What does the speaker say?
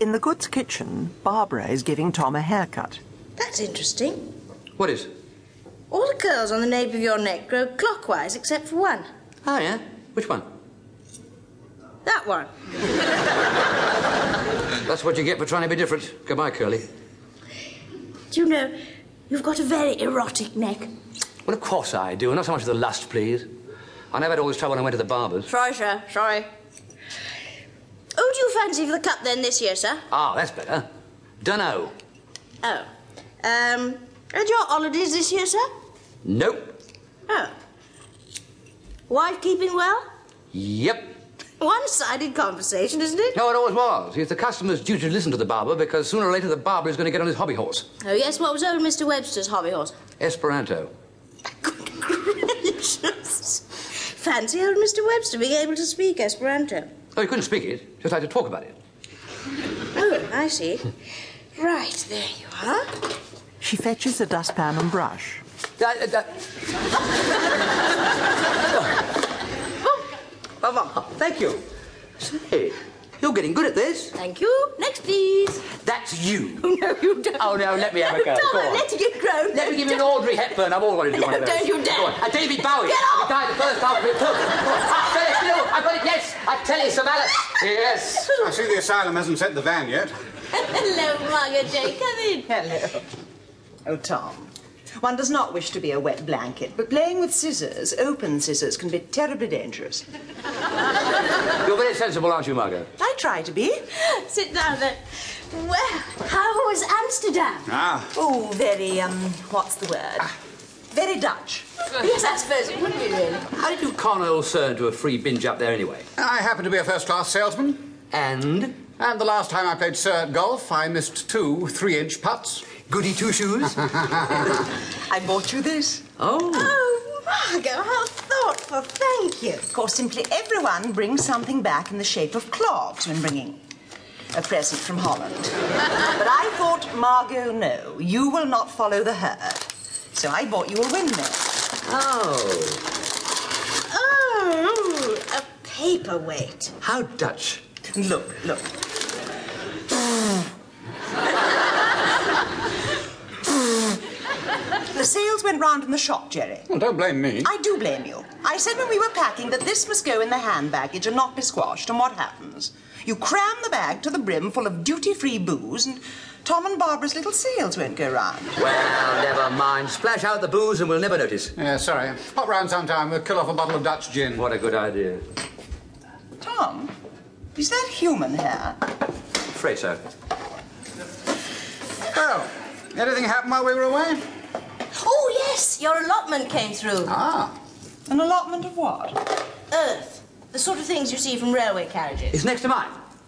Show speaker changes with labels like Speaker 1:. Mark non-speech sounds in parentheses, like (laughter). Speaker 1: In the goods kitchen, Barbara is giving Tom a haircut.
Speaker 2: That's interesting.
Speaker 3: What is?
Speaker 2: All the curls on the nape of your neck grow clockwise except for one.
Speaker 3: Oh, yeah. Which one?
Speaker 2: That one.
Speaker 3: That's what you get for trying to be different. Goodbye, Curly.
Speaker 2: Do you know, you've got a very erotic neck.
Speaker 3: Well, of course I do. Not so much the lust, please. I never had all this trouble when I went to the barber's.
Speaker 2: Sorry, sir. Sorry. Who do you fancy for the cup then this year, sir?
Speaker 3: Ah, that's better. Dunno.
Speaker 2: Oh. Um, and your holidays this year, sir?
Speaker 3: Nope.
Speaker 2: Oh. Wife keeping well?
Speaker 3: Yep.
Speaker 2: One sided conversation, isn't it?
Speaker 3: No, it always was. It's the customer's duty to listen to the barber because sooner or later the barber is going to get on his hobby horse.
Speaker 2: Oh, yes, what was old Mr. Webster's hobby horse?
Speaker 3: Esperanto.
Speaker 2: (laughs) Good gracious. Fancy old Mr. Webster being able to speak Esperanto.
Speaker 3: Oh, he couldn't speak it. Just had to talk about it.
Speaker 2: Oh, I see. Right, there you are.
Speaker 1: She fetches a dustpan and brush.
Speaker 3: Uh, uh, (laughs) uh,
Speaker 2: Bravo.
Speaker 3: Oh, thank you. Say, you're getting good at this.
Speaker 2: Thank you. Next, please. (laughs)
Speaker 3: That's you.
Speaker 2: Oh, no, you don't.
Speaker 3: Oh, no, let me have a
Speaker 2: (laughs)
Speaker 3: go.
Speaker 2: Tom,
Speaker 3: Go
Speaker 2: I'm
Speaker 3: on.
Speaker 2: letting you grow. (laughs)
Speaker 3: Let me give you an Audrey Hepburn. I've always wanted to do
Speaker 2: No,
Speaker 3: one of those.
Speaker 2: don't you dare.
Speaker 3: Go on. A David Bowie.
Speaker 2: Get off.
Speaker 3: The guy the first half of it took. I tell Ah, you, no, I got it, yes. I tell you, Sir Malice. Yes.
Speaker 4: I see the asylum hasn't sent the van yet.
Speaker 2: Hello, Margaret J. Come in.
Speaker 5: Hello. Oh, Tom. One does not wish to be a wet blanket, but playing with scissors, open scissors, can be terribly dangerous.
Speaker 3: You're very sensible, aren't you, Margot?
Speaker 5: I try to be.
Speaker 2: (laughs) Sit down there. Well, how was Amsterdam?
Speaker 4: Ah,
Speaker 5: Oh, very, um, what's the word? Ah, Very Dutch.
Speaker 2: yes, I suppose it would be really.
Speaker 3: How did you con old sir into a free binge up there anyway?
Speaker 4: I happen to be a first class salesman.
Speaker 3: And
Speaker 4: And the last time I played Sir at golf, I missed two three inch putts.
Speaker 3: goody two
Speaker 2: (laughs)
Speaker 3: shoes.
Speaker 5: I bought you this.
Speaker 3: oh.
Speaker 2: Oh, Margot, how thoughtful. Thank you.
Speaker 5: Of course, simply everyone brings something back in the shape of clogs when bringing a present from Holland. (laughs) but I thought, Margot, no, you will not follow the herd. So I bought you a windmill.
Speaker 3: Oh.
Speaker 2: Oh, a paperweight.
Speaker 3: How Dutch.
Speaker 5: (laughs) Look, look. the sales went round in the shop, Jerry.
Speaker 4: Well, don't blame me.
Speaker 5: I do blame you. I said when we were packing that this must go in the hand baggage and not be squashed, and what happens? You cram the bag to the brim full of duty free booze, and Tom and Barbara's little sales won't go round.
Speaker 3: Well, never mind. Splash out the booze and we'll never notice.
Speaker 4: Yeah, Uh, sorry. Pop round sometime. We'll kill off a bottle of Dutch gin.
Speaker 3: What a good idea.
Speaker 5: Tom, is that human hair?
Speaker 3: Afraid so.
Speaker 4: Well, Oh, anything happened while we were away?
Speaker 2: Oh, yes, your allotment came through.
Speaker 3: Uh.
Speaker 4: Ah,
Speaker 5: An allotment of what?
Speaker 2: Earth. The sort of things you see from railway carriages.
Speaker 3: It's next to mine.